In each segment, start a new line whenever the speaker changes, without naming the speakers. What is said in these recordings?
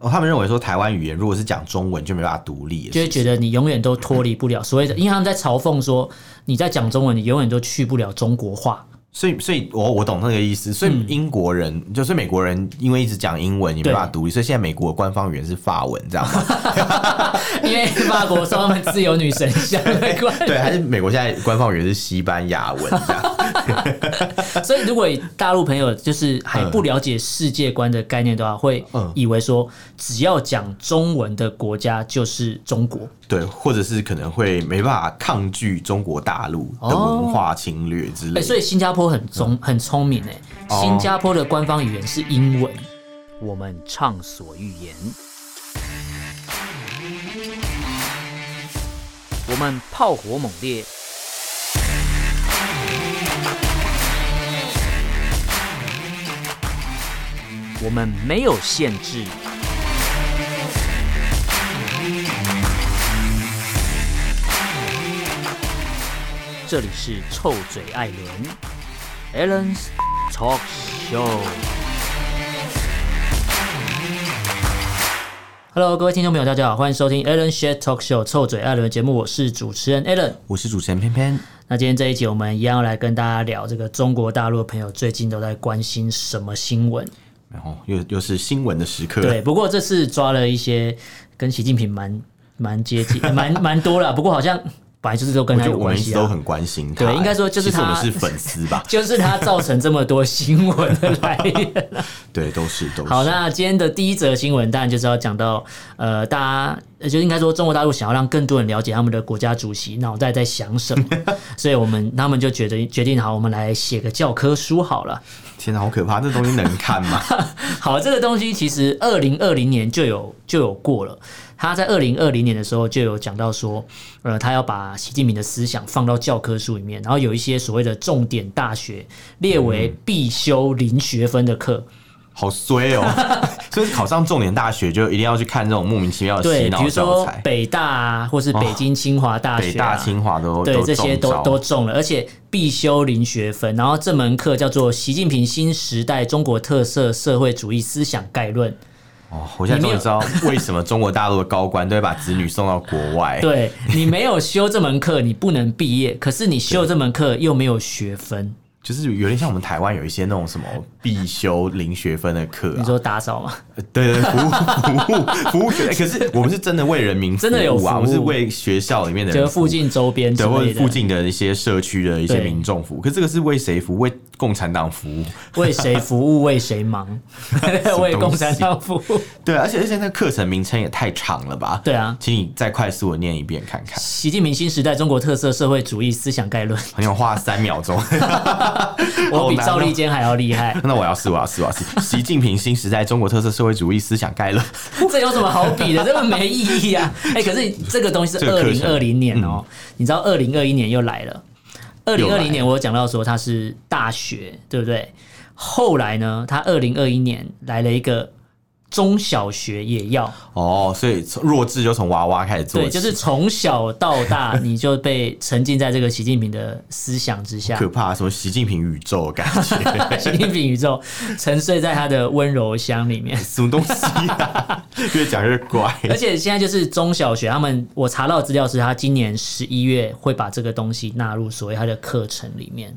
哦他们认为说台湾语言如果是讲中文就没办法独立，
就会觉得你永远都脱离不了所谓的，因为他们在嘲讽说你在讲中文，你永远都去不了中国化。
所以所以哦我我懂那个意
嗯
思，所以英国人、就是美国人，因为一直讲英文，你没
对
办法独立，所以现在美国的官方语言是法文，这样吗？
因为法国受他们自由女神像的关系，
对，还是美国现在官方语言是西班牙文这 样？
所以如果大陆朋友就是还不了解世界观的概念的话，会
嗯
以为说只要讲中文的国家就是中国。
对，或者是可能会没办法抗拒中国大陆的文化侵略之
哎、
类的。
所以新加坡很聪很聪明哎、
哦
新加坡的官方语言是英文。我们畅所欲言，我们炮火猛烈，我们没有限制。这里是臭嘴艾伦，Allen's Talk Show。Hello，各位听众朋友，大家好，欢迎收听 Allen s h a t Talk Show 臭嘴艾伦节目，我是主持人 Allen。
我是主持人偏偏，
那今天这一集，我们一样要来跟大家聊这个中国大陆的朋友最近都在关心什么新闻？
然后又又是新闻的时刻。
对，不过这次抓了一些跟习近平蛮蛮接近、蛮蛮多了，不过好像本来就是都跟
我
他
觉得
有
我们
关
一直
系
都
啊。
很关心他、
对应该说就是
其实我们
他？
是粉丝吧
就是他造成这么多新闻的来源。
对，都是都是。
好，那今天的第一则新闻，当然就是要讲到，呃，大家呃就应该说中国大陆想要让更多人了解他们的国家主席脑袋在想什么， 所以我们他们就决定决定好，我们来写个教科书好了。
天哪，好可怕！这东西能看吗？
好，这个东西其实二零二零年就有就有过了。他在二零二零年的时候就有讲到说，呃，他要把习近平的思想放到教科书里面，然后有一些所谓的重点大学列为必修零学分的课。
好衰哦、 所以考上重点大学就一定要去看这种莫名其妙的洗
对，比
脑
如
教
说
材。
北大啊，或是北京清华大
北
学、
大、
啊。
清华都
对，这些
中
都
招
都中了，而且必修零学分。然后这门课叫做《习近平新时代中国特色社会主义思想概论》。
哦，我现在终于知道为什么中国大陆的高官都会把子女送到国外。
对你没有修这门课，你不能毕业；可是你修这门课又没有学分。
就是有点像我们台湾有一些那种什么必修零学分的课、
你
啊，
说打扫吗？
对对，对服务服务服务学，欸可是我们是真的为人民服务啊
真的有服务
我们是为学校里面的
就
人
是
服务
附近周边之
啊对或
类
者
的，
附近的一些社区的一些
对
民众服务，可是这个是为谁服务？为共产党服务。
为谁服务为谁忙， 为共产党服务。
对，而且而且那个课程名称也太长了吧？
对啊
请你再快速的念一遍看看，
习近平新时代中国特色社会主义思想概论，
你有花三秒钟。
我
好
比
难哦
赵立坚还要厉害，
那我要试，我要试，我要试。 习近平新时代中国特色社会主义思想概论，
这有什么好比的？这么没意 义啊！哎、可是这个东西是
这个
二
课
零
程
二零年哦、你知道二零二一年又来了。二零
又
二
来
零年我有讲到说它是大学，对不对？后来呢，它二零二一年来了一个中小学也要，
哦，所以从弱智就从娃娃开始做
对，
起，
就是从小 到大你就被沉浸在这个习近平的思想之下
可，怕，什么习近平宇宙的感 觉，
习近平宇宙沉睡在他的温柔乡里面。
什么东西啊？越讲越怪。
而且现在就是中小学，他们我查到的资料是，他今年十一月会把这个东西纳入所谓他的课程里面。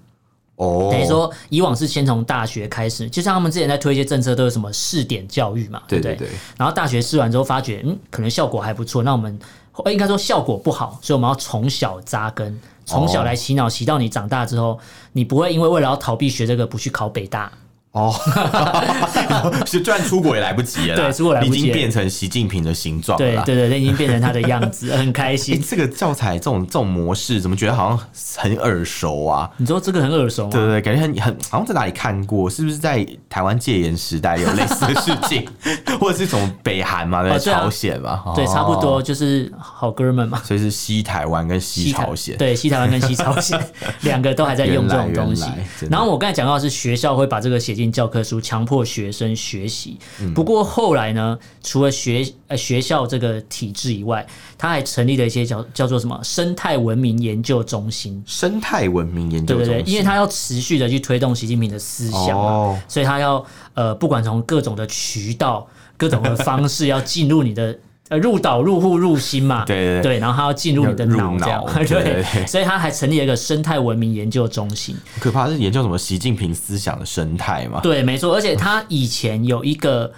哦，
等于说，以往是先从大学开始，就像他们之前在推一些政策，都有什么试点教育嘛，
对
不
对
对
对？
然后大学试完之后，发觉嗯，可能效果还不错，那我们呃应该说效果不好，所以我们要从小扎根，从小来洗脑，洗到你长大之后，你不会因为为了要逃避学这个不去考北大，
哦， 就算出国也来不及了啦，
对出国来不及了
已经变成习近平的形状了
对
啦。
对对，那已经变成他的样子，很开
诶
心。
这个教材这种这种模式，怎么觉得好像很耳熟啊？
你说这个很耳熟吗？
对对对，感觉很很好像在哪里看过，是不是在台湾戒严时代有类似的事 情，或者是从北韩嘛，对不
哦对
对，
啊
朝鲜嘛，
对，
哦
差不多就是好哥们嘛。
所以是西台湾跟西
台
朝鲜，
对西台湾跟西朝 鲜两个都还在用这种东西
原来原来真。的
然后我刚才讲到的是学校会把这个写进教科书，强迫学生学习。
嗯
不过后来呢，除了学呃学校这个体制以外，他还成立了一些叫叫做什么生态文明研究中心。
生态文明研究
对
中
对
心，
对，因为他要持续的去推动习近平的思想嘛，
哦
所以他要呃，不管从各种的渠道。各种的方式要进入你的。 呃，入岛入户入心嘛，
对对对
对，然后它要进入你的脑
入
这样
脑，对对
对
对，
所以它还成立了一个生态文明研究中心，
可怕是研究什么习近平思想的生态嘛？
对，没错，而且他以前有一个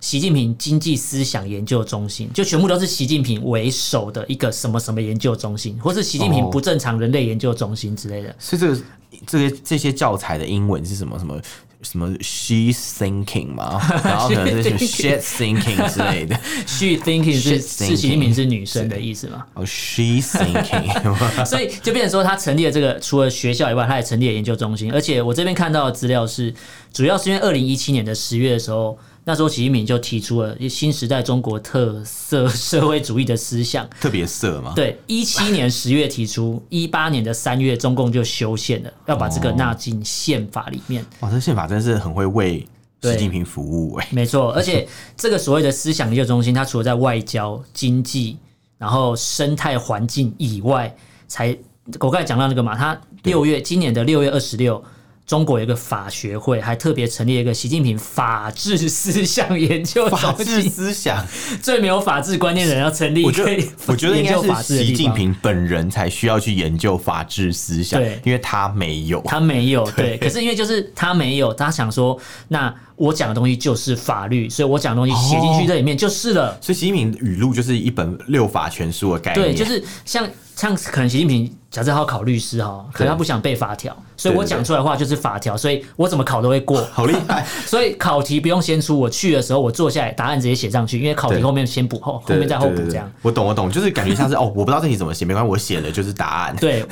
习近平经济思想研究中心，就全部都是习近平为首的一个什么什么研究中心，或是习近平
哦
不正常人类研究中心之类 的。
所以这个这些这些教材的英文是什么什么？什么 she thinking 嘛，然后可能是 shit thinking 之类的，
She thinking 是
Shit
是习近平是女生的意思嘛？
哦、she thinking，
所以就变成说，他成立了这个除了学校以外，他也成立了研究中心。而且我这边看到的资料是，主要是因为二零一七年的十月的时候，那时候习近平就提出了新时代中国特色社会主义的思想。
特别色嘛？
对，一七年十月提出，一八年的三月中共就修宪了，要把这个纳进宪法里面。
哇，这宪法真是很会为
对
习近平服务 哎、
没错，而且这个所谓的思想研究中心，它除了在外交、经济，然后生态环境以外，才我刚才讲到那个嘛，它六月今年的六月二十六。中国有一个法学会，还特别成立了一个习近平法治思想研究
法
中
治
心。
思想，
最没有法治观念的人要成立一
我觉
个研
得
究法治
我觉得应该是
的地方，
习近平本人才需要去研究法治思想
对，
因为他没有。
他没有对，
对
可是因为就是他没有，他想说，那我讲的东西就是法律，所以我讲的东西写
哦
进去这里面就是了。
所以习近平语录就是一本六法全书的概念，
对，就是像像可能习近平假设他要考律师哈，可能他不想背法条，所以我
对对
讲出来的话就是法条，所以我怎么考都会 过。
好厉害。
所以考题不用先出，我去的时候我坐下来，答案直接写上去，因为考题
对
后面先补 后，后
对
面再后
对
补
对对
这样。
我懂，我懂，就是感觉像是哦，我不知道这题怎么写，没关系，我写的就是答案。
对，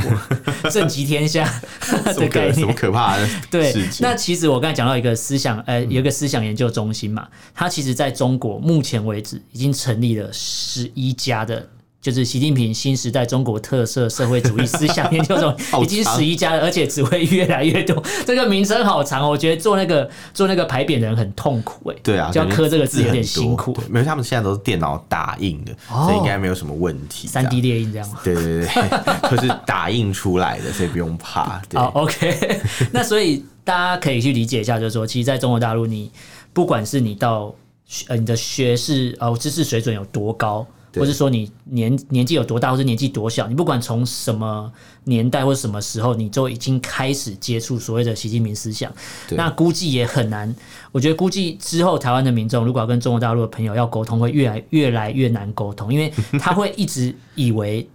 我 政及天下
什
的
么
概
可什么
念。
可怕的
对
事，情？嗯
那其实我刚才讲到一个思想，呃，有一个思想研究中心嘛，它其实在中国目前为止已经成立了十一家的，就是习近平新时代中国特色社会主义思想研究中心，
好
已经
长
十一家了，而且只会越来越多。 这个名称好长哦，我觉得做那个做那个牌匾的人很痛苦哎、
对啊，
就要
感觉
刻这个字有点
很多
辛苦
对，没有，他们现在都是电脑打印的，
哦
所以应该没有什么问题。
三 D 列印这样吗？
这样。对对对， 对就是打印出来的，所以不用怕。对
好、o k 哦 那所以大家可以去理解一下，就是说，其实在中国大陆，你不管是你到学呃你的学士呃知识水准有多高，
对
或是说你年年纪有多大，或是年纪多小，你不管从什么年代或什么时候，你就已经开始接触所谓的习近平思想。
对
那估计也很难，我觉得估计之后台湾的民众如果要跟中国大陆的朋友要沟通，会越来越来越难沟通，因为他会一直以为。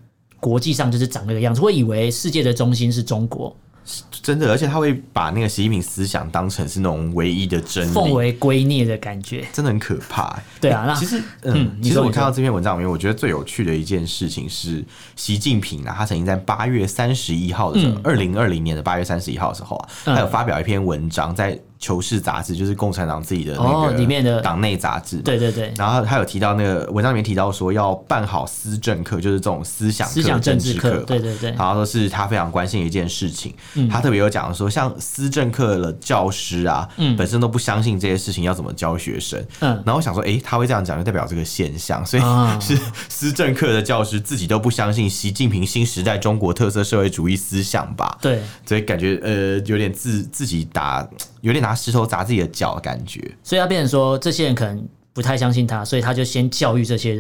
国际上就是长那个样子，会以为世界的中心是中国，
真的，而且他会把那个习近平思想当成是那种唯一的真
奉
理，
为圭臬的感觉。
真的很可怕。
对啊，那
其实，
嗯
嗯，
你
其实
说
我
你
看
说
到这篇文章里面，我觉得最有趣的一件事情是习近平啊，他曾经在八月三十一号的时候，二零二零年的八月三十一号的时候啊，
嗯
他有发表一篇文章在《求是》杂志，就是共产党自己的那
哦
个
里面的
党内杂志嘛。
对对对，
然后他有提到那个文章里面提到说要办好思政课，就是这种思想课
思想政治
治
课，
吧
对对嗯对，
然后说是他非常关心的一件事情，他特别有讲说，像思政课的教师啊，
嗯
本身都不相信这些事情要怎么教学生。
嗯
然后我想说，诶，他会这样讲，就代表这个现象，所以
啊
是思政课的教师自己都不相信习近平新时代中国特色社会主义思想吧？
对，
所以感觉呃，有点自自己打，有点拿石头砸自己的脚的感觉。
所以他变成说，这些人可能不太相信他，所以他就先教育这些人，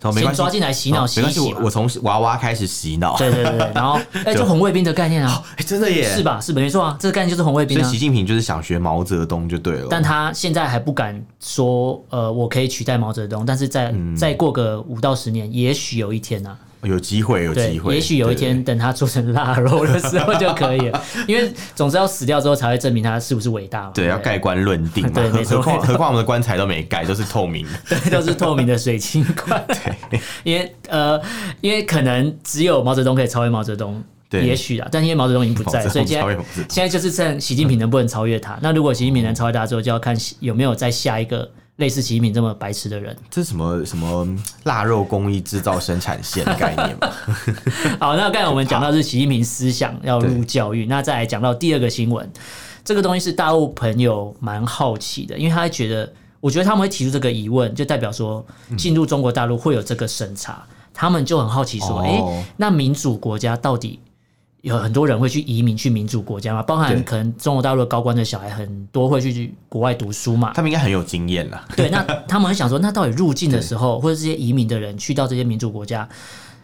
然后没
先
关系
抓，进来洗脑
哦
洗
没关
一
系，
洗
我
嘛
我。从娃娃开始洗脑，
对对对，对然后哎，就红卫兵的概念啊，
诶真的耶，
是吧？是吧没错啊，这个概念就是红卫
哦
兵
所以
啊
习。近平就是想学毛泽东就对了。
但他现在还不敢说，呃，我可以取代毛泽东，但是再
嗯
再过个五到十年，也许有一天啊，
有机会，有
对
机，会，
也许有一天等他做成腊肉的时候就可 以了，因为总之要死掉之后才会证明他是不是伟大嘛。
对。对，啊要盖棺论定嘛。
对
何
没错
何况
没错
何况我们的棺材都没盖，都是透明 的。
都是透明的水晶 块。因为呃，因为可能只有毛泽东可以超越毛泽东，
对
也许啊，但因为毛泽东已经不在，
毛泽东
所以现
超
在
越毛泽东
现在就是趁习近平能不能超越他。那如果习近平能超越他之后，就要看有没有再下一个类似习近平这么白痴的人。
这是什么什么腊肉工艺制造生产线的概念 嘛？
好，那刚才我们讲到是习近平思想要入教育，那再来讲到第二个新闻，这个东西是大陆朋友蛮好奇的，因为他觉得，我觉得他们会提出这个疑问，就代表说进入中国大陆会有这个审查，他们就很好奇说，
嗯哦
诶，那民主国家到底？有很多人会去移民去民主国家嘛，包含
对
可能中国大陆的高官的小孩很多会去国外读书嘛。
他们应该很有经验啦。
对，那他们会想说，那到底入境的时候，或者这些移民的人去到这些民主国家，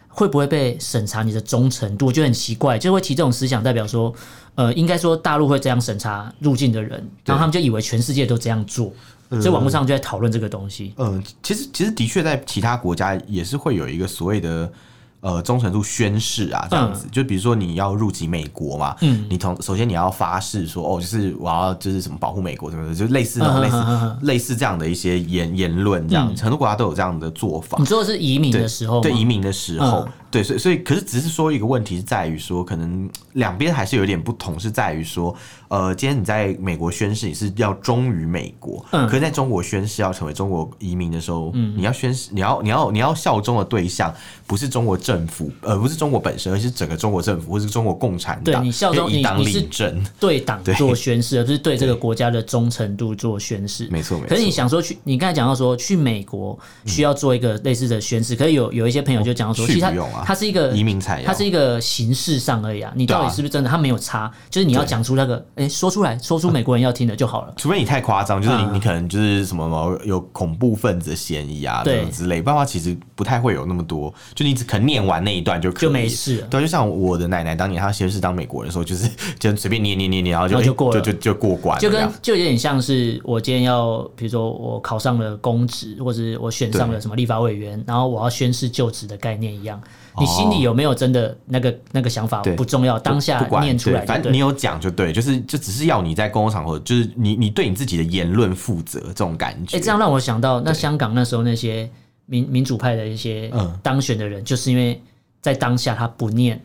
会不会被审查你的忠诚度？我觉得很奇怪，就会提这种思想，代表说，呃，应该说大陆会这样审查入境的人，然后他们就以为全世界都这样做，所以网络上就在讨论这个东西。
嗯，其实其实的确在其他国家也是会有一个所谓的。呃，忠诚度宣誓啊，这
嗯
样子，就比如说你要入籍美国嘛，嗯，你从首先你要发誓说，哦，就是我要就是什么保护美国什么的，就类似那种
嗯
类似、
嗯嗯
类似这样的一些言言论，这样、很多国家都有这样的做法
你。说的是移民的时候吗
对移民的时候，
哦嗯
对，所以所以可是只是说一个问题是在于说，可能两边还是有点不同，是在于说，呃，今天你在美国宣誓你是要忠于美国，
嗯
可是在中国宣誓要成为中国移民的时候，你要宣誓，你要你要你要效忠的对象不是中国政府，呃，不是中国本身，而是整个中国政府或是中国共产党，
对你效忠
就以
你
党
你是
领政，
对党
对
做宣誓，而不是对这个国家的忠诚度做宣誓。
没错没
可是你
错，
想说去，你刚才讲到说去美国需要做一个类似的宣誓，可是有有一些朋友就讲到说，
去
其实它
不用啊
它是一个
移民才要
它是一个形式上而已啊。你
对啊
到底是不是真的？它没有差，就是你要讲出那个，哎，说出来，说出美国人要听的 就好了。
除非你太夸张，就是你、
嗯
你可能就是什么有恐怖分子的嫌疑啊，
对
这种之类，不然的话其实不太会有那么多。就你只肯念完那一段就可以
就没事了
对，啊就像我的奶奶当年她先是当美国人的时候，就是就随便念念念念，然后就
然后就过了
就啊就就过关了
就
这
跟
样，
就有点像是我今天要，比如说我考上了公职，或者我选上了什么立法委员，然后我要宣誓就职的概念一样。你心里有没有真的那个那个想法
哦对
不重要，当
不
下
管
念出
对
来就
反正
对
你。有讲就对，就是就只是要你在公共场合，就是你你对你自己的言论负责这种感觉。
哎、这样让我想到，那香港那时候那些民民主派的一些
嗯
当选的人，就是因为在当下他不念，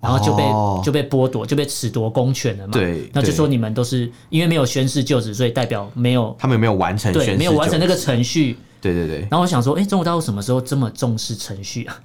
然后就被、
哦
就被剥夺，就被褫夺公权了嘛。
对
那就
对
说你们都是因为没有宣誓就职，所以代表没有
他们有没有完成宣
对
誓？
没有完成那个程序。
对对对，
然后我想说，哎、中国大陆什么时候这么重视程序啊？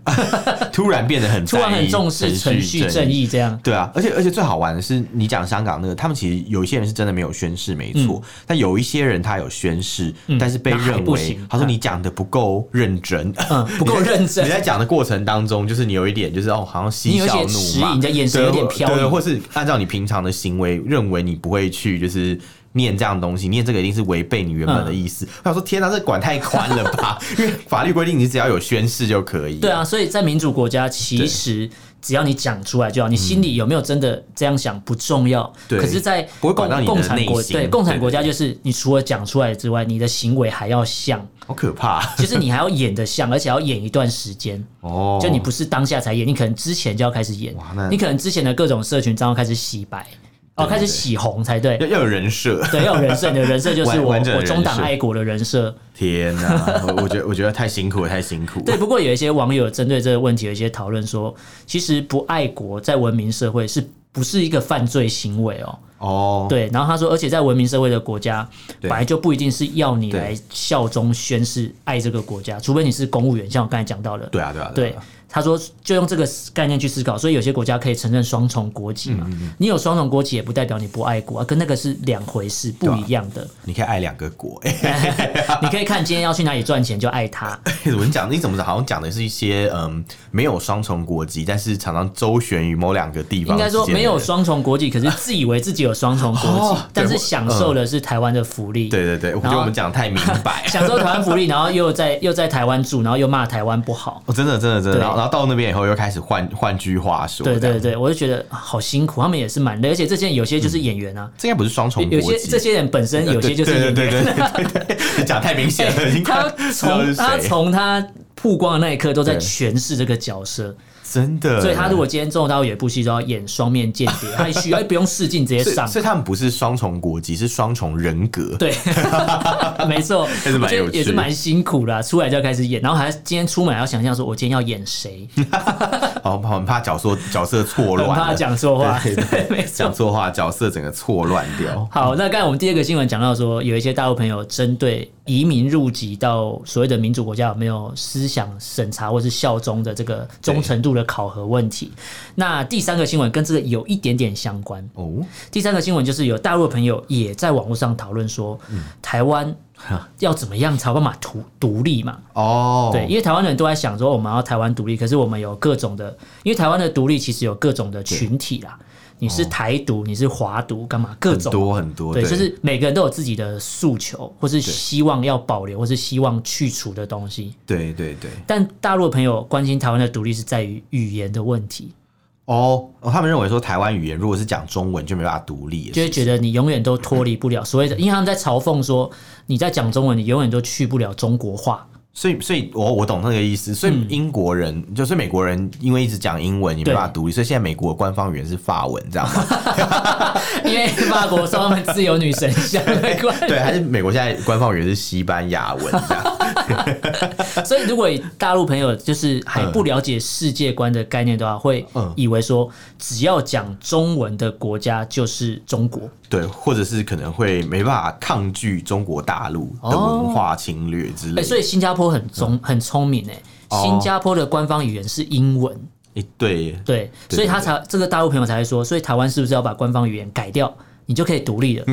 突然变得很
突然
在意
很重视程序正
义。
义这样。
对啊，而且而且最好玩的是，你讲香港那个，他们其实有一些人是真的没有宣誓，没错，但有一些人他有宣誓，但是被
嗯那还
认
不
为
行
他说你讲的不够认真，
嗯，不够认 真
你。在讲的过程当中，就是你有一点就是哦，好像
你
嬉
有一
笑
些
怒
迟
骂，
疑你的眼神
对
有点
或
飘移
对，或是按照你平常的行为，认为你不会去就是。念这样的东西，念这个一定是违背你原
嗯
本的意思。我想说，天哪、这管太宽了吧？因为法律规定，你只要有宣誓就可以。
对啊，所以在民主国家，其实只要你讲出来就好，你心里有没有真的这样想不重要。
对
可是，在
不会
共
管到你的
共产
内
国
心
对共产国家，
对
就是你除了讲出来之外，你的行为还要像，
好可怕
就是你还要演的像，而且要演一段时间。
哦！
就你不是当下才演，你可能之前就要开始演
哇那，
你可能之前的各种社群账号开始洗白，哦，
对
开始洗红才对。
要要有人设。
对，要有人设，你的人设就是
完
我
完整的
我
人
中党
设
爱国的人设。
天呐、 我我觉得我觉得太辛苦了，太辛苦了。
对，不过有一些网友针对这个问题有一些讨论说，其实不爱国在文明社会是不是一个犯罪行为哦？
哦，
对，然后他说，而且在文明社会的国家，
对
本来就不一定是要你
对
来效忠宣誓爱这个国家，除非你是公务员，像我刚才讲到的。
对啊，对啊，
对
啊，
他说就用这个概念去思考，所以有些国家可以承认双重国籍
嗯
嘛。你有双重国籍也不代表你不爱国啊，跟那个是两回事，不
啊
一样的。
你可以爱两个国。 哎、
你可以看今天要去哪里赚钱就爱他，
我们讲你怎么好像讲的是一些嗯没有双重国籍，但是常常周旋于某两个地方。
应该说没有。双 重国籍，可是自以为自己有双重国籍
哦，
但是
对我
享受的是台湾的福利。
对对对，我觉得我们讲得太明白。
享受台湾福利，然后又在又在台湾住，然后又骂台湾不好。
哦，真的真的真的，
对
然后然后到那边以后又开始换换句话说。
对
这
对
样，
对，我就觉得啊好辛苦，他们也是蛮累，而且这些人有些就是演员啊，
这应该不是双重
有
嗯国
些
籍。
这些人本身有些就是演
对
员。
对对对对对对对， 讲太明显了，已经
他
看不
从
知道
他
是谁
从他曝光的那一刻都在
对
诠释这个角色，
真的，
所以他如果今天中国大陆有一部戏都要演双面间谍，他需要不用试镜直接
所以
上。
所以他们不是双重国籍，是双重人格。
对，没错，
还是蛮
我觉得
有趣
也是蛮辛苦的啊、出来就要开始演，然后还今天出门还要想象说，我今天要 演谁，
哦，很怕角色角色错
很
乱了，
怕讲错话，
对对对
没
讲
错。
错话，角色整个错乱掉。
好，那刚才我们第二个新闻讲到说，有一些大陆朋友针对移民入籍到所谓的民主国家有没有思想审查或是效忠的这个忠诚度的考核问题。那第三个新闻跟这个有一点点相关。
哦，嗯
第三个新闻就是有大陆的朋友也在网络上讨论说，台湾要怎么样才有办法独独立嘛？
哦，
对，因为台湾人都在想说哦我们要台湾独立，可是我们有各种的，因为台湾的独立其实有各种的群体啦。你是台独，你是华独，干嘛各
很
种
多很多，
对，就是每个人都有自己的诉求，或是希望要保留，或是希望去除的东西。
对对对。
但大陆的朋友关心台湾的独立是在于语言的问题，
哦，哦他们认为说台湾语言如果是讲中文就没办法独立，
就会觉得你永远都脱离不了所谓的，因为他们在嘲讽说你在讲中文，你永远都去不了中 国化。
所以所以哦我我懂那个意思。所
嗯
以英国人、就是美国人，因为一直讲英文，也没
对
办法独立，所以现在美国的官方语言是法文，这样 吗？
因为法国说他们自由女神像的关系，
对，还是美国现在官方语言是西班牙文这样？
所以如果大陆朋友就是还不了解世界观的概念的话，会
嗯
以为说只要讲中文的国家就是中国。
对，或者是可能会没办法抗拒中国大陆的文化侵略之
哦哎、
类的。
所以新加坡很聪、很聪明哎、
嗯哦
新加坡的官方语言是英文，
诶对耶，
对，
对
所以他才这个大陆朋友才会说，所以台湾是不是要把官方语言改掉，你就可以 独立了？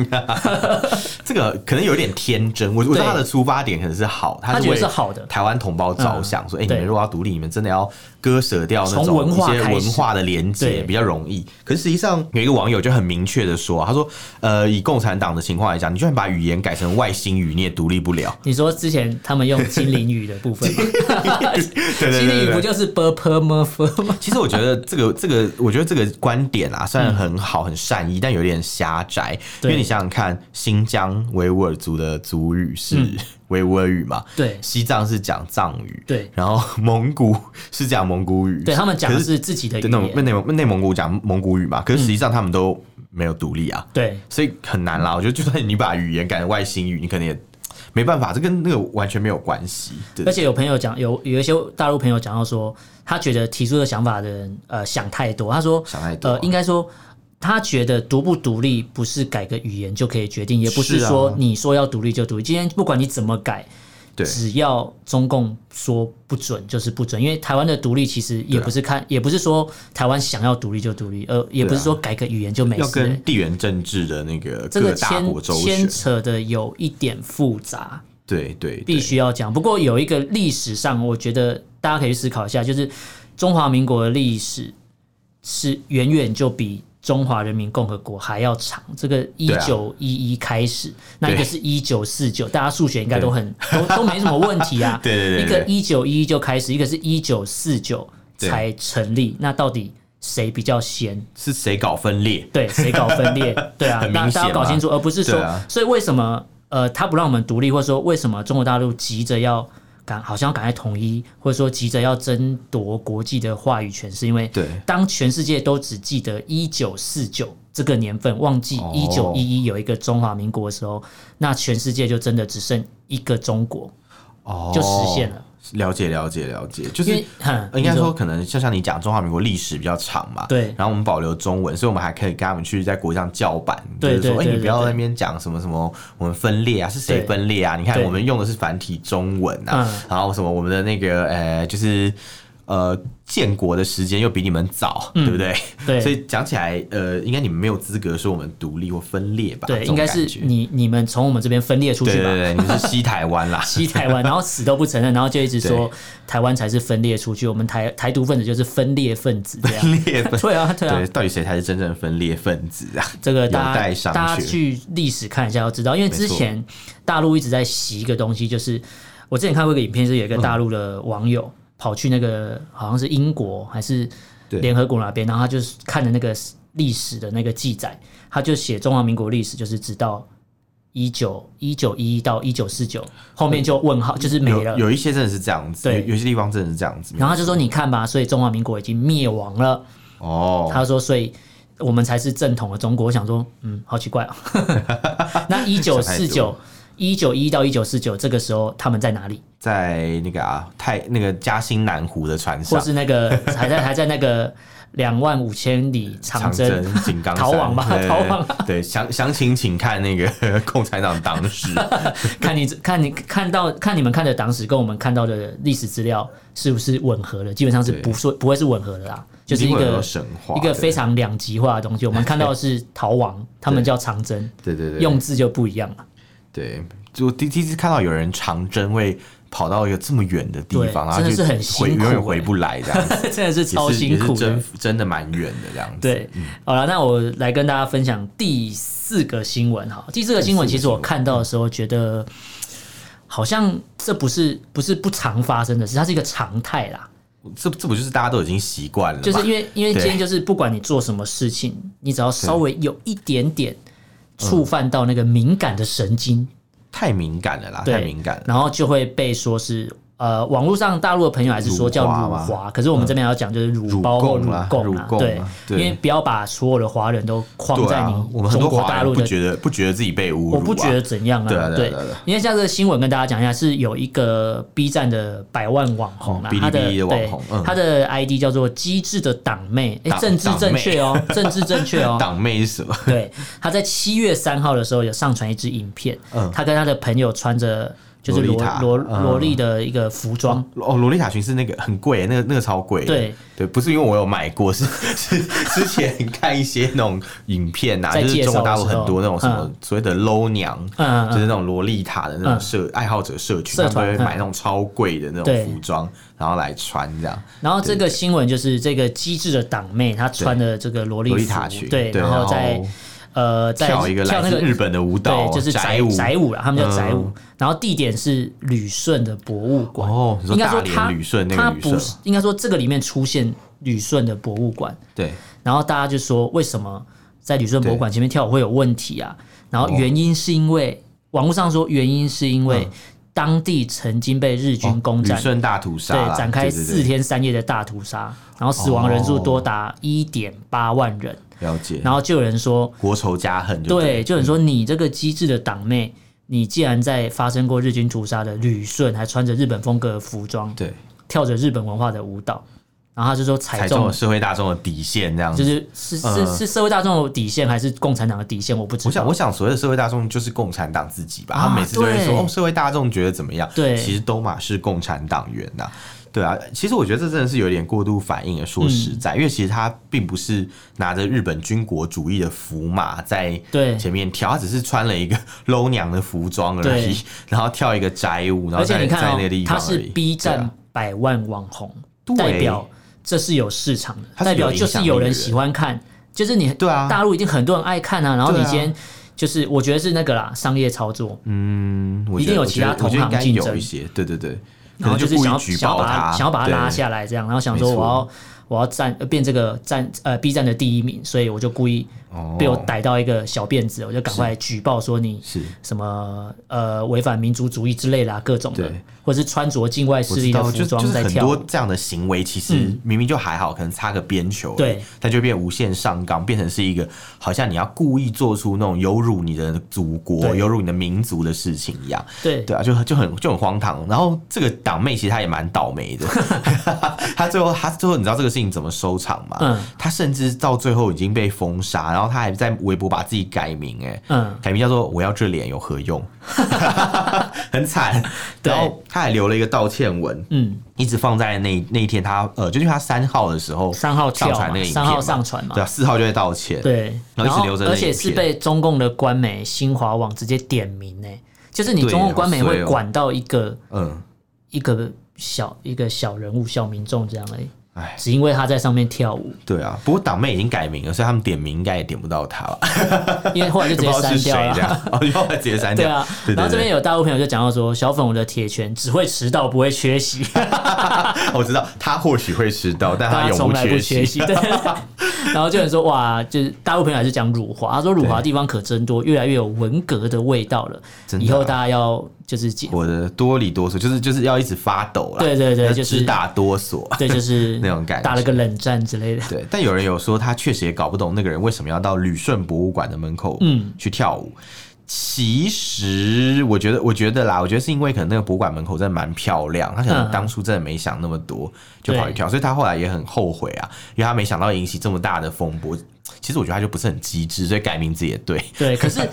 这个可能有点天真。我我觉得
对
他的出发点可能是好，
他
是
觉得
为
是好的嗯
台湾同胞着想，说哎、诶你
对
们如果要独立，你们真的要割舍掉那
从
种
文
一
化
些
开始
文化的连
对
结，比较容易。可是实际上有一个网友就很明确的说、啊，他说呃，以共产党的情况来讲，你就算把语言改成外星语，你也独立不 了。
你说之前他们用精灵语的部分吗，
对对
精灵
对
语
对
不
对。
就是 b p m f 吗？
其实我觉得这个 这个，我觉得这个观点啊，虽然很好、很善意，但有点狭窄。因
对
为你想想看，新疆维吾尔族的族语
嗯
是维吾尔语嘛，
对
西藏是讲藏语，
对
然后蒙古是讲蒙古语，
对，他们讲的
可
是自嗯己的语
对那
言，
内蒙内蒙古讲蒙古语嘛，可是实际上他们都没有独立啊，
对。
所以很难
嗯
啦。我觉得就算你把语言改成外星语，你可能也没办法，这跟那个完全没有关系。对
而，且有朋友讲，有有一些大陆朋友讲到说，他觉得提出的想法的人，呃，想太多。他说，
想太多啊
呃，应该说，他觉得独不独立不是改个语言就可以决定，也不是
是啊
说你说要独立就独立。今天不管你怎么改，
对
只要中共说不准就是不准。因为台湾的独立其实
啊
也不是看，也不是说台湾想要独立就独立，呃，也不是说改个语言就没
啊要
事、欸
跟地缘政治的那个
这
各
个
大
牵
国周旋
牵，扯的有一点复杂。
对对，
必
对
须要讲。不过有一个历史上，我觉得大家可以去思考一下，就是中华民国的历史是远远就比中华人民共和国还要长。这个一
对啊
九一一开始，那一个
对
是一九四九，大家数学应该都很都都没什么问题啊
。对对对
一个
对
一九一一就开始，一个是一九四九
对
才成立，那到底谁比较先？
是谁搞分裂？
对，谁搞分裂？ 对啊，
很
大
明显
大家搞
嘛
清楚，而不是说，
对啊
所以为什么呃他不让我们独立，或者说为什么中国大陆急着要赶，好像要赶快统一，或者说急着要争夺国际的话语权，是因为
对
当全世界都只记得一九四九这个年份，忘记
哦
一九一一有一个中华民国的时候，那全世界就真的只剩一个中国，
哦
就实现了。
了解了解了解，就
因
是
为哼
呃应该
你
说，可能就像你讲，中华民国历史比较长嘛，
对
然后我们保留中文，所以我们还可以跟他们去在国际上叫板，就
对
是说，
对
哎，
对
你不要
对
在那边讲什么什么我们分裂啊，是谁
对
分裂啊？你看
对
我们用的是繁体中文啊
嗯，
然后什么我们的那个呃，就是呃，建国的时间又比你们早，对不对？
嗯对
所以讲起来，呃，应该你们没有资格说我们独立或分裂吧？
对，
这种
应该
感
是
觉
你你们从我们这边分裂出去
对
吧。，
对对，你们是西台湾啦
西台啊 湾，然后死都不承认，然后就一直说
对
台湾才是分裂出去，我们台台独分子就是分裂分子这样。
裂分。
对啊，对啊
对，，到底谁才是真正的分裂分子啊？
这个大
有待商
家
榷
大家去历史看一下，要知道，因为之前大陆一直在洗一个东西，就是我之前看过一个影片，是有一个大陆的网友跑去那个好像是英国还是
对
联合国那边，然后他就是看了那个历史的那个记载，他就写中华民国历史，就是直到。一九一九一到一九四九，后面就问号，就是没
有
了。
有一些真的是这样子，
对
有有些地方真的是这样子。
然后他就说：“你看吧，所以中华民国已经灭亡了。
哦，
他说：“所以我们才是正统的中国。”我想说：“嗯，好奇怪哦。” 那一九四九、一九一到一九四九这个时候，他们在哪里？
在那个啊，太那个嘉兴南湖的船
或
上，
是 那个还在还在那个两万五千里长
长
征
征？、井冈山
逃亡吧
对
逃亡啊
对，详详情请看那个 共产党党史。
看你看你看到看你们看的党史跟我们看到的历史资料是不是吻合的？基本上是
对
不说不会是吻合的啦， 就是一
定会有
个
神话
一个
对
非常两极化的东西。我们看到的是逃亡，他们叫长征，
对对对，
用字就不一样了。
对，就第第一次看到有人长征会跑到一个这么远的地方，
对
然后
真的
就是
很
回
辛苦
永
欸
远回不来这样子，
真的是超
也是也
辛
是
苦的
真。真的蛮远的这样子。
对，好了，那我来跟大家分享第四个新闻哈。第四个新闻，其实我看到的时候觉得，好像这不是不是不常发生的事，它是一个常态啦。
这这不就是大家都已经习惯了吗？
就是因为因为
对
今天就是不管你做什么事情，你只要稍微有一点点触犯到那个敏感的神经，
太敏感了啦，
对
太敏感了。
然后就会被说是呃，网络上大陆的朋友还是说叫
辱
乳
华吧
华，可是我们这边要讲就是乳包或
乳
乳
共啦
共
乳
啦，
共
对
啊，
因
对
为不要把所有的华人都框
对
在
啊，我
你
们很
中
多
国
华
大
人
陆
不
的
觉得不觉得自己被侮辱、啊，
我不觉得怎样啊，
对啊对啊对啊对啊
因为像这个新闻跟大家讲一下，是有一个 B 站的百万网红啦
哦，
他的
哔哩哔哩的
对
网红嗯
他的 ID 叫做“机智的党妹”，哎，
党
政治正确哦，政治正确 哦。
党妹是什么？
对，他在七月三号的时候有上传一支影片，
嗯
他跟他的朋友穿着就是
洛
萝
丽塔
萝
嗯
萝莉的一个服装，
哦，洛丽塔裙是那个很贵，那个那个超贵。
对
对，不是因为我有买过， 是是之前看一些那种影片啊，
在
就是
介绍
中国大陆
的时候
很多那种什么
嗯
所谓的 low 娘，
嗯嗯嗯嗯
就是那种洛丽塔的那种社爱好者社群，他
社
们
团
会
嗯
买那种超贵的那
对
种服装，然后来穿这样。
然后这个新闻就是这个机智的党妹，她穿的这个萝莉
洛丽
服
塔裙，
对，然后在呃在
跳一个来
那
自
个
日本的舞蹈，
对，就是
宅
宅
舞。
宅舞啦，他们叫宅舞
嗯。
然后地点是旅顺的博物馆。
哦你说
应该说
大连
它
旅顺那个
它
旅顺
不是，应该说这个里面出现旅顺的博物馆，
对，
然后大家就说为什么在旅顺博物馆前面跳舞会有问题啊？然后原因是因
哦
为网络上说原因是因为当地曾经被日军攻
嗯哦旅
占。
顺大屠杀啦
对，展开
对对
四天三夜的大屠杀，然后死亡人数多达
哦
一点八万人，
了解。
然后就有人说
国仇家恨就
对，就有人说
嗯
你这个机智的党妹，你既然在发生过日军屠杀的旅顺，还穿着日本风格的服装，
对，
跳着日本文化的舞蹈，然后他就说踩
踩中
中
了，社会大众的底线这样子。
就是是是
嗯
是社会大众的底线还是共产党的底线，我不知
我想，
道
我。想所谓的社会大众就是共产党自己吧，
啊
他们每次都会
对
说哦，社会大众觉得怎么样？
对
其实都嘛是共产党员呐、对啊，其实我觉得这真的是有点过度反应了。说实
嗯
在，因为其实他并不是拿着日本军国主义的符码在
对
前面跳，他只是穿了一个 low 娘的服装而
对
已，然后跳一个宅舞，然
而
后
且
在
你看
在
哦
那个地，方
他
而
是
已
B
对啊
站百万网红，
对
代表这是有市场的，
他是有
代表就
影响
是
力
有
的
人
人
喜欢看，就是你
对啊
大陆一定很多人爱看啊。然后你
对啊
今天就是我觉得是那个啦，商业操作，
嗯，我
一定
觉得
有
我
其
觉
他
得我觉
同
得应
行
该
竞
有
争
一些，对对对，可
然
能
后就
就是故
想
意
要
举
想要
报
把
他，
想要把他拉
对
下来，这样，然后想说
没错
我要我要占呃变这个占呃 B 站的第一名，所以我就故意
哦
被我逮到一个小辫子，我就赶快举报说你
是
什么呃违反民族主义之类的、啊、各种的
对，
或者是穿着境外势力的
我知
服
道就就
装在
是很
跳
多
舞。嗯
这样的行为，其实明明就还好，可能擦个边球而已，
对
但就变无限上纲，变成是一个好像你要故意做出那种有辱你的祖国、
对
有辱你的民族的事情一样。
对
对啊，就就很就很荒唐。然后这个党妹其实她也蛮倒霉的， 她最后她最后你知道这个事情怎么收场吗？
嗯
她甚至到最后已经被封杀，然后她还在微博把自己改名、哎，
嗯
改名叫做“我要这脸有何用”， 很惨。
对
然后她还留了一个道歉文。
嗯，
一直放在那那一天他，呃，就是因为他三号的时候，
三号跳
哦上传
嘛
那个影片
三号
嘛
上传嘛
对啊，四号就会道歉，
对，
然后一直
然后
留着那
而且
影
是
片
被中共的官媒新华网直接点名呢、就是你
对
中共官媒
好衰
会
哦
管到一个
嗯，
一个小一个小人物、小民众这样而已。
哎，
只因为他在上面跳 舞，
对啊，不过党妹已经改名了，所以他们点名应该也点不到他吧。
因为后来就直 接
不知道
删
是谁
掉
这
了。
样，哦，然后直接删
对
掉。
啊，
对对对
然后这边有大陆朋友就讲到说，小粉红的铁拳只会迟到不会缺席，
我知道他或许会迟到，但他
大家
啊永
从
不
来不
席。
缺席。 对，然后就有人说哇，就是大陆朋友还是讲辱华，他说辱华地方可真多，越来越有文革的味道了。
真的啊
以后大家要就是解，
我的多里多嗦，就是就是要一直发抖啦。
对对对
要
就是
直打哆嗦。
对，就是
那种感觉
打了个冷战之类的。
对，但有人有说他确实也搞不懂那个人为什么要到旅顺博物馆的门口
嗯
去跳舞。其实我觉得，我觉得啦，我觉得是因为可能那个博物馆门口真的蛮漂亮，他可
嗯
能当初真的没想那么多，就跑去跳，所以他后来也很后悔啊，因为他没想到引起这么大的风波。其实我觉得他就不是很机智，所以改名字也对。
对，可是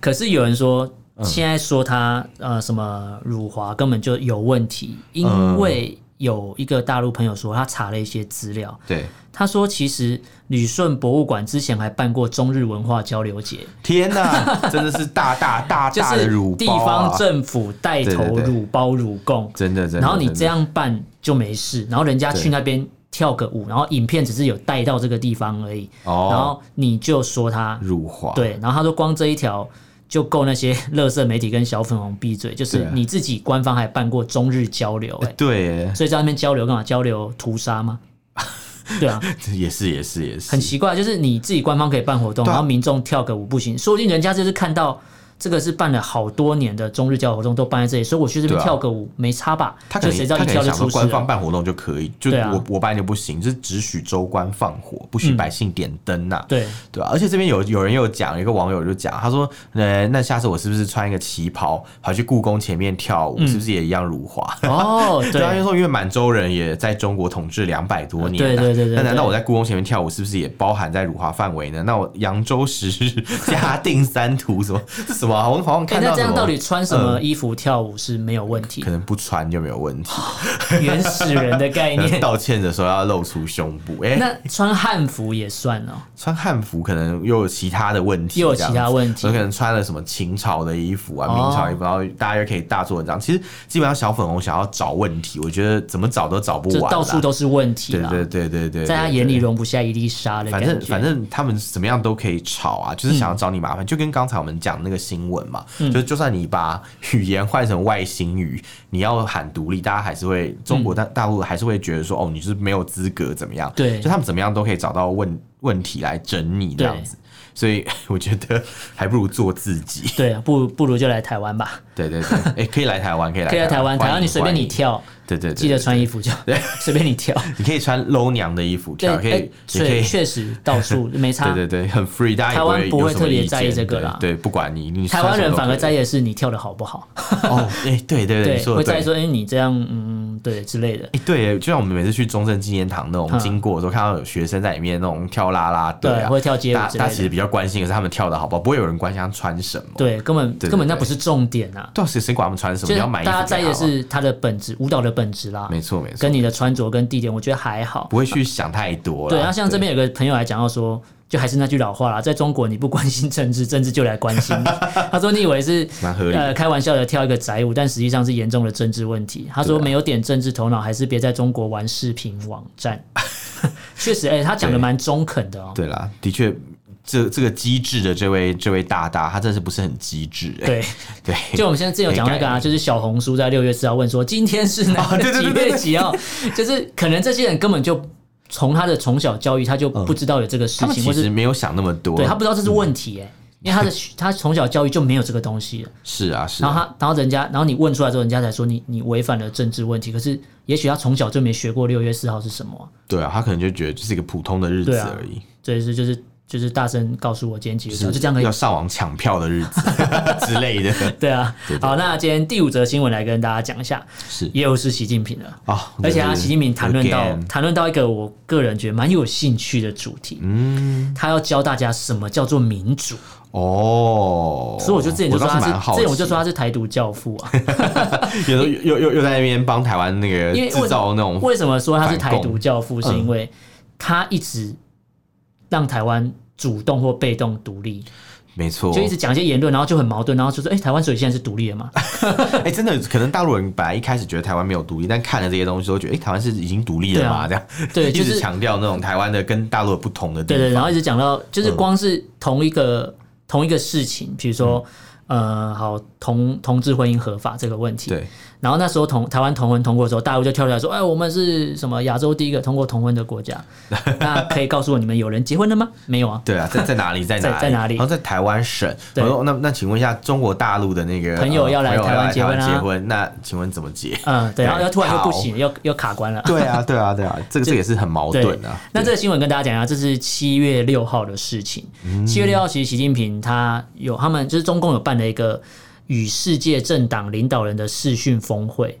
可是有人说，
嗯嗯
现在说他呃什么辱华根本就有问题，因为有一个大陆朋友说，他查了一些资料，
对，
他说其实旅顺博物馆之前还办过中日文化交流节，
天哪，真的是大大大
就
大的
是
乳
地
包啊
方政府带
对
头
对对
乳包乳供，
真的真的，
然后你这
真的
样办就没事，然后人家去
对
那边跳个舞，然后影片只是有带到这个地方而已，然
哦，
后你就说他
辱华，
对，然后他说光这一条就够那些 乐色媒体跟小粉红闭嘴，就是
对啊
你自己官方还办过中日交流、 欸，
对耶，
所以在那边交流干嘛？交流屠杀吗？ 对啊，
也是也是也是，
很奇怪，就是你自己官方可以办活动，
对啊
然后民众跳个舞不行，说不定人家就是看到。这个是办了好多年的中日交流活动，都办在这里，所以我去这边
对啊
跳个舞、没差吧？
他可
就
能
谁知道
他
一
可
跳
能
就
想
出
说官
事了。
方办活动就可以，就
对啊嗯
我我办就不行，就是只许州官放火，不许百姓点灯呐、
对，
对吧、而且这边有有人有讲，有一个网友就讲，他说，呃，那下次我是不是穿一个旗袍跑去故宫前面跳
嗯
舞，是不是也一样辱华？
哦，
对啊，因为
对，
说因为满洲人也在中国统治两百多年、啊，
对对对对
那难道
对
我在故宫前面跳舞，是不是也包含在辱华范围呢？那我扬州十日嘉定三屠什么 这什么啊？我好像
哎，
看
那
到
这
什
样到
么。
底穿什么衣服跳舞是没有问题
可？能不穿就没有问题。
原始人的概
可能
念，
道歉的时候要露出胸部，哎、
那穿汉服也算哦，
穿汉服可能又有其他的问题，
又有其他问题
有可能穿了什么秦朝的衣服啊、
哦
明朝衣服，然后大家又可以大做文章。其实基本上小粉红想要找问题，我觉得怎么找都找不
就
完啦，
到处都是问题
对
啦。
对对对对，
在他
对
眼里
对
容不下一粒沙的
反
感觉。嗯
正反正他们怎么样都可以吵啊，就是想要找你麻烦，就跟刚才我们讲那个新闻嘛，就就算你把语言换成外星语，你要喊独立，大家还是会中国大大陆还是会觉得说，哦，你是没有资格怎么样？
嗯对
就他们怎么样都可以找到问问题来整你这样子，所以我觉得还不如做自 己。
对啊，不如不如就来台湾吧，
对对对，哎、可以来台湾，可以来
可以来台湾，台湾
欢迎
你随便
欢
你
迎
跳，
对对对，
记得穿衣服就 随便你跳。
你可以穿搂娘的衣服跳，可
哎
以，你可
确
以
确实到 处没差
对。对对，很 free，大家也
啊台湾
会
不
有
会
什么
特别
意
在意
见
这个啦
对，对不管你你
台湾人反而在
意
意的是你跳的好不好，
哦，哎，对对对，你说
会
的
在
对
意。说，哎，你这样，嗯，对之类的。
哎对耶，就像我们每次去中正纪念堂那种
嗯
经过的时候，看到有学生在里面那种跳啦啦队
对，
啊，
会跳街舞
大
之
大家其
类
实
的。
比较关心的是他们跳的好不好，不会有人关心他们穿什么。，
对，根本
对对
根本那
对
不是重点啊，
到底谁管他们穿什么？你
就是
要买
大
衣服给他
家
们。
在意的是它的本质，舞蹈的本质啦，
没错没错
跟，你的穿着跟地点，我觉得还好。
不会去想太多啦。
对，然后像这边有个朋友还讲到说，就还是那句老话啦，在中国你不关心政治，政治就来关心 你。他说你以为是
蛮合理的
呃开玩笑的跳一个宅舞，但实际上是严重的政治问题。他说
对啊
没有点政治头脑，还是别在中国玩视频网站。 确实，哎、他讲的
对
蛮中肯的哦、
对啦，的确，这这个机智的这位这位大大，他真是不是很机智。哎
对，
对，
就我们现在之前有讲那 个
没概
啊，
念
就是小红书在六月四号问说，今天是哪
哦对对
几
对对
月
对
几号？ 就是可能这些人根本就从他的从小教育，他就不知道有这个
嗯
事
他们
情，
其
或是
实没有想那么多。
对他不知道
嗯
这是问题哎、因为他的他从小教育就没有这个东西了，
是啊是啊。
然后他，然后人家，然后你问出来之后，人家才说你你违反了政治问题。可是也许他从小就没学过六月四号是什么啊、
对啊，他可能就觉得这是一个普通的日子
对啊
而已，
所以是就是就是大声告诉我今天几月啊几号，就这样可以
要。上网抢票的日子 之类的。
对啊，好，那今天第五则新闻来跟大家讲一下，
是
又是习近平了。
啊，
而且他习近平谈论到
again
谈论到一个我个人觉得蛮有兴趣的主题，嗯，他要教大家什么叫做民主，
哦，
所以我就之前就说
倒
他
蛮
是，
好
之
奇，
前我就说他是台独教父啊，
有时候又又又又在那边帮台湾那个
因为
制造那种
为什么说他是台
嗯反
独
共
教父？是因为他一直让台湾主动或被动独立，
没错，
就一直讲一些言论，然后就很矛盾，然后就说：“哎、台湾所以现在是独立了嘛
哎，真的可能大陆人本来一开始觉得台湾没有独立，但看了这些东西之后，觉得哎，台湾是已经独立了嘛？这
对啊
样？”
对，
一
就
直
是
强调那种台湾的跟大陆的不同的地
对
方。
对，然后一直讲到就是
嗯
光是同一个、同一个事情，比如说。呃，好，同同志婚姻合法这个问题，
嗯对
然后那时候同台湾同婚通过的时候，大陆就跳出来说：“哎，我们是什么亚洲第一个通过同婚的 国家？”那可以告诉我你们有人结婚了吗？没有啊。
对啊，在在哪里？在哪里？
在哪里
然后在台湾省。
对
然后那那请问一下，中国大陆的那个
朋友
呃
要来
朋友
台湾
台湾
结婚啊
结婚，那请问怎么结？
嗯，对，然后
对
要突然又不
好
行，又又卡关了。
对啊，对啊，对啊，这个这个也是很矛
哦对
盾啊。
那这个新闻跟大家讲一下，这是七月六号的事情。七月六号，其实习近平他有他们就是中共有办了一个与世界政党领导人的视讯 峰会，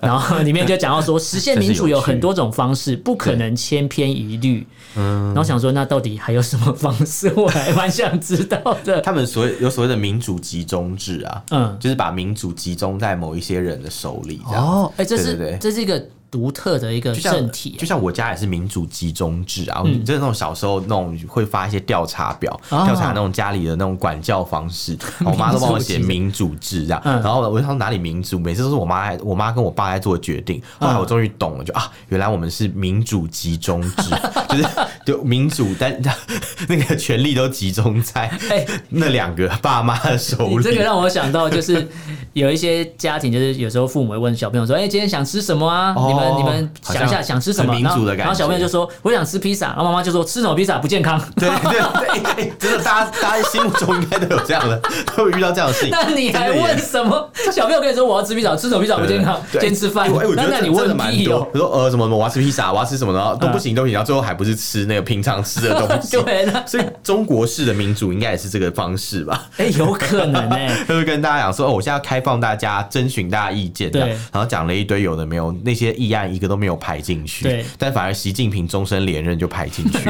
然后里面就讲到说，实现民主有很多种方式，不可能千篇一律。
嗯
然后想说，那到底还有什么方式？我还蛮想知道的。
他们所谓有所谓的民主集中制啊，
嗯
就是把民主集中在某一些人的手里。这样，
哦，哎、这
对对
是
对
这是一个独特的一个
就像
政体、嗯
就像我家也是民主集中制啊，你就是那种小时候那种会发一些调查表，
啊
调查那种家里的那种管教方 式，然后我妈都帮我写民主制这样，
嗯
然后我就说哪里民主，每次都是我妈来我妈跟我爸在做决定，后
嗯
来我终于懂了，就啊，原来我们是民主集中制， 就是就民主，但 那个权力都集中在
哎
那两个爸妈的手
你这
里
个。让我想到，就是有一些家庭，就是有时候父母会问小朋友说：“哎、今天想吃什么啊？
哦
你们你们想一
好
下
像
想吃什么？”
很民主的感觉
然后然后小朋友就说：“我想吃披萨。”然后妈妈就说：“吃什么披萨不健康
对对对，哎真的，大家大家心目中应该都有这样的，都有遇到这样的事？”情。
那你
真
还
的耶
问什么？小朋友跟你说：“我要吃披萨，吃什么披萨不健康？
对
今天吃饭。”
哎、我觉
那
得
那
这
你
真的
问
蛮
屁
多
哦。。
我说呃什么我要吃披萨，我要吃什么，然后都
嗯
不行都不行，然后最后还不是吃那个平常吃的东西。
对，啊 那
所以中国式的民主应该也是这个方式吧？
哎、有可能哎、
就是跟大家讲说，哦，我现在要开放大家征询大家意见，
对
这样然后讲了一堆有的没有，那些议案一个都没有排进去，
对
但反而习近平终身连任就排进 去，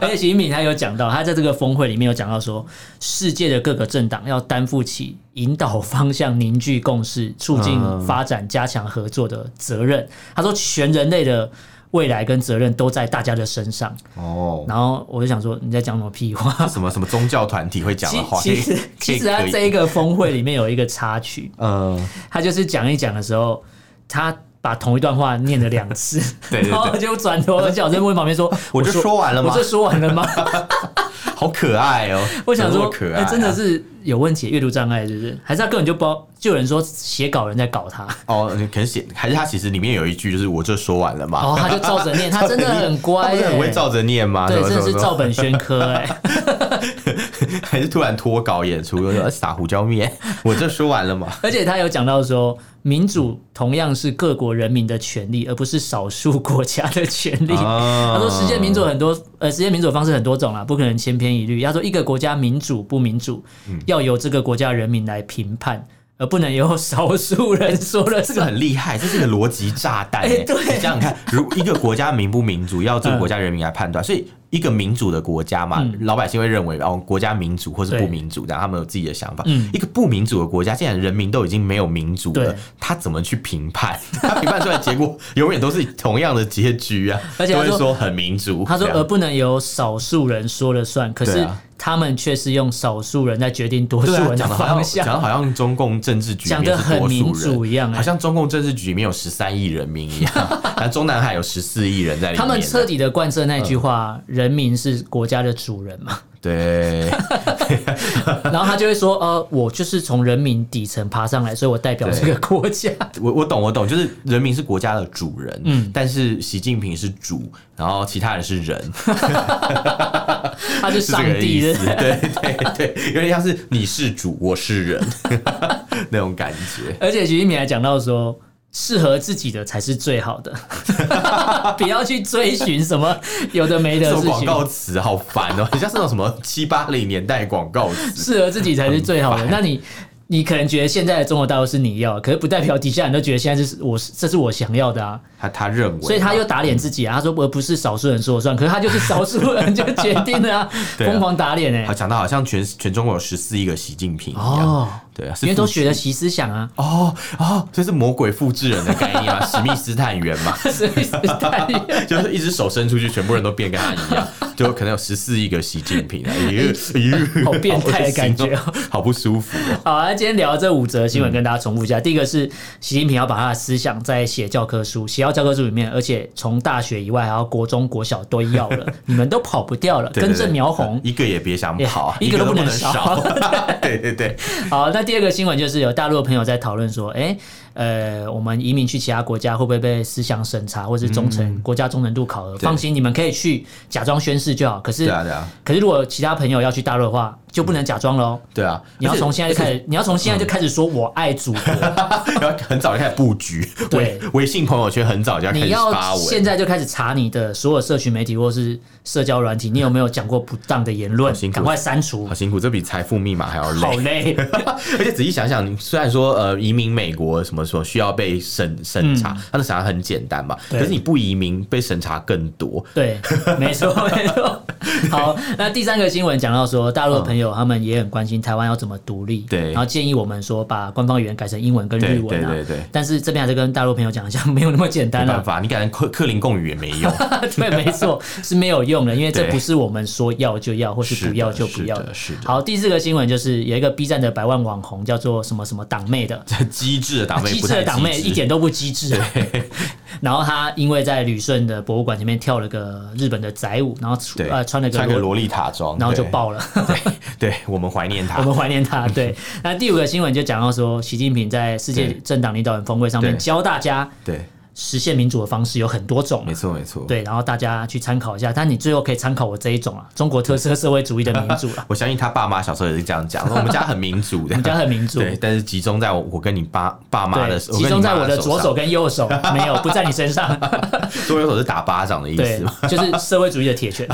而且习近平他有讲到，他在这个峰会里面有讲到说，世界的各个政党要担负起引导方向、凝聚共识、促进
嗯
发展、加强合作的责任。他说，全人类的未来跟责任都在大家的身上。
哦。
然后我就想说，你在讲什么屁话？
什么什么宗教团体会 讲的
其
话，
其实
这 个
其实他
可以
这一个峰会里面有一个插曲，
嗯，
他就是讲一讲的时候，他。把同一段话念了两次，
对对对
然后就转头小声问旁边说：“
我就说完了吗
我这说完了吗？”
好可爱哦，
我想
怎么那么
说，
可
哎
爱啊，
真的是有问题，阅读障碍是不是？还是他根本就不知道，就有人说写稿人在搞 他，
哦，可能写还是他其实里面有一句就是我这说完了嘛，
然后他就照着念，他哦真的 很
他
乖、哎
不是
耶
很会照着念吗？
对，
什么
真
什么
的是
什么
照本宣科哎、
还是突然脱稿演出，又说呃撒胡椒面， 我这说完了 吗？
而且他有讲到说，民主同样是各国人民的权利，而不是少数国家的权利。
啊
他说，实现民主很多，呃，实现民主的方式很多种啦，不可能千篇一律。他说，一个国家民主不民主，
嗯
要由这个国家人民来评判，而不能由少数人说了
这
这
个
个
很厉害，这是个逻辑炸 弹、欸。
哎对
你想想看，如一个国家民不民主，要这个国家人民来判断，所以。一个民主的国家嘛，老百姓会认为哦，国家民主或是
嗯对
不民主，然后他们有自己的想法。
嗯
一个不民主的国家，既然人民都已经没有民主了
对，
他怎么去评判？ 他评判出来的结果永远都是同样的结局啊！
而且
都
他
会
说
说很民主。
他说，
这样
而不能由少数人说了算，可
对
是
啊
他们却是用少数人在决定多数
对啊，
人
讲的好像
方
讲
向。
的好像中共政治局里
讲
面
得
是
很
多
民
数
主
人
一样欸
好像中共政治局里面有十三亿人民一样， 但中南海有十四亿人在里面。
欸他们彻底的贯彻那句
嗯
话：“人民是国家的主人嘛。
对
然后他就会说：“呃，我就是从人民底层爬上来，所以我代表这个国 家。
我我懂我懂，就是人民是国家的主人，
嗯
但是习近平是主，然后其他人是 人，”
他就是上
这个
帝
意
的
思。。对对对，有点像是你是主，我是人 那种感觉。
而且徐一鸣还讲到说。适合自己的才是最好的， 不要去追寻什么有的没的
这
事
种广
情。
告词好烦哦，很像是那种什么七八零年代广告词。
适合自己才是最好 的。
很
那你你可能觉得现在的中国大陆是你要的，可是不代表底下人都觉得现在是我是这是我想要的啊，
他他认为，
所以他又打脸自己啊。他说我不是少数人说了算，可是他就是少数人就决定了啊，
对啊
疯狂打脸哎、
好讲到好像全全中国有十四亿个习近平一样，
哦，
对啊，是
因为都学
复
了
制
习思想啊，
哦哦，这是魔鬼复制人的概念啊， 史密斯探员嘛，
所以是代言
就是一只手伸出去，全部人都变跟他一样，就可能有十四亿个习近平啊，哎呦
好变态的感觉
好
哦，
恶心哦好不舒服哦。
好，啊那今天聊这五则新闻，跟大家重复一下。第一个是习近平要把他的思想在写教科书，写到教科书里面，而且从大学以外，还有国中、国小都 要了，你们都跑不掉了，
对对
跟
对
着苗红。
一个也别想跑，
一个
个
都
不
不能
少。 对对对，
好，那第二个新闻就是有大陆的朋友在讨论说，哎、呃，我们移民去其他国家会不会被思想审查，或是忠诚、
嗯
国家忠诚度考核？放心，你们可以去假装宣誓就好。可是，
对啊对啊
可是如果其他朋友要去大陆的话，就不能假装喽。
对啊！
你要从现在就开始，你要从现在就开始说我爱祖国，
嗯要很早就开始布局，
对
微微信朋友圈很早就要开
你
始
要
发
现
文，
在就开始查你的所有社群媒体或是社交软体，你有没有讲过不当的言论
好辛？苦
赶快删除
好， 辛苦，这比财富密码还要累
好。累。
而且仔细想想，虽然说呃移民美国什么么什么需要被审审查，他的审查很简单嘛。可
嗯对
是你不移民，被审查更多。
对，没 错，没错。好，那第三个新闻讲到说，大陆的朋友他们也很关心台湾要怎么独立，
对
然后建议我们说把官方语言改成英文跟日文啊。
对对对对
但是这边还是跟大陆朋友讲一下，没有那么简单
没办
啊。
法，你改成克克林贡语也没 用。
对，没错，是没有用的，因为这
对
不是我们说要就要，或
是
是
的
不要就不要
是的是的
好，第四个新闻就是有一个 B 站的百万网红叫做什么什么党妹的，
这机智的党妹
机
不
智
太
的党妹
机智
一点都不机智。啊 然后她因为在旅顺的博物馆前面跳了个日本的宅舞，然后出
对，
呃穿了个
穿个
裸
萝莉塔装，
然后就
对。
爆了。
对我们怀念
我
他。
们怀念他。 对，那第五个新闻就讲到说，习近平在世界
对
政党领导人峰会上面
对
教大家
对，
实现民主的方式有很多种嘛啊
没。错没错。，。
对，然后大家去参考一下，但你最后可以参考我这一种啊，中国特色社会主义的民主了
我相信他爸妈小时候也是这样讲，说我们家很民主 的，我
们家很民主
对，但是集中在我我跟你爸爸妈
对，
的，
集中在我的左手
手
跟右手，没有不在你 身上。
上，左右手是打巴掌的意
对
思嘛？，
就是社会主义的铁拳。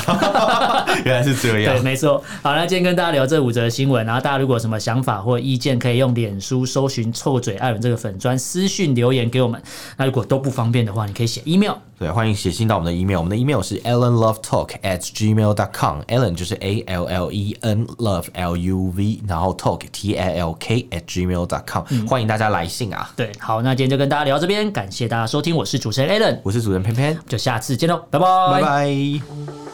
原来是这
对，
样。
没错。好，那今天跟大家聊这五则新闻，然啊后大家如果有什么想法或意见，可以用脸书搜寻“臭嘴艾伦”这个粉砖私讯留言给我们。那如果都不方便的话，你可以写 email。
对，欢迎写信到我们的 email，我们的 email 是 allenlovetalk at gmail dot com，allen 就是 a l l e n love l u v，然后 talk t a l k at gmail dot com，、欢
嗯
迎大家来信啊！
对，好，那今天就跟大家聊这边，感谢大家收听，我是主持人 Alan，
我是主持人偏偏，
就下次见喽，拜
拜拜。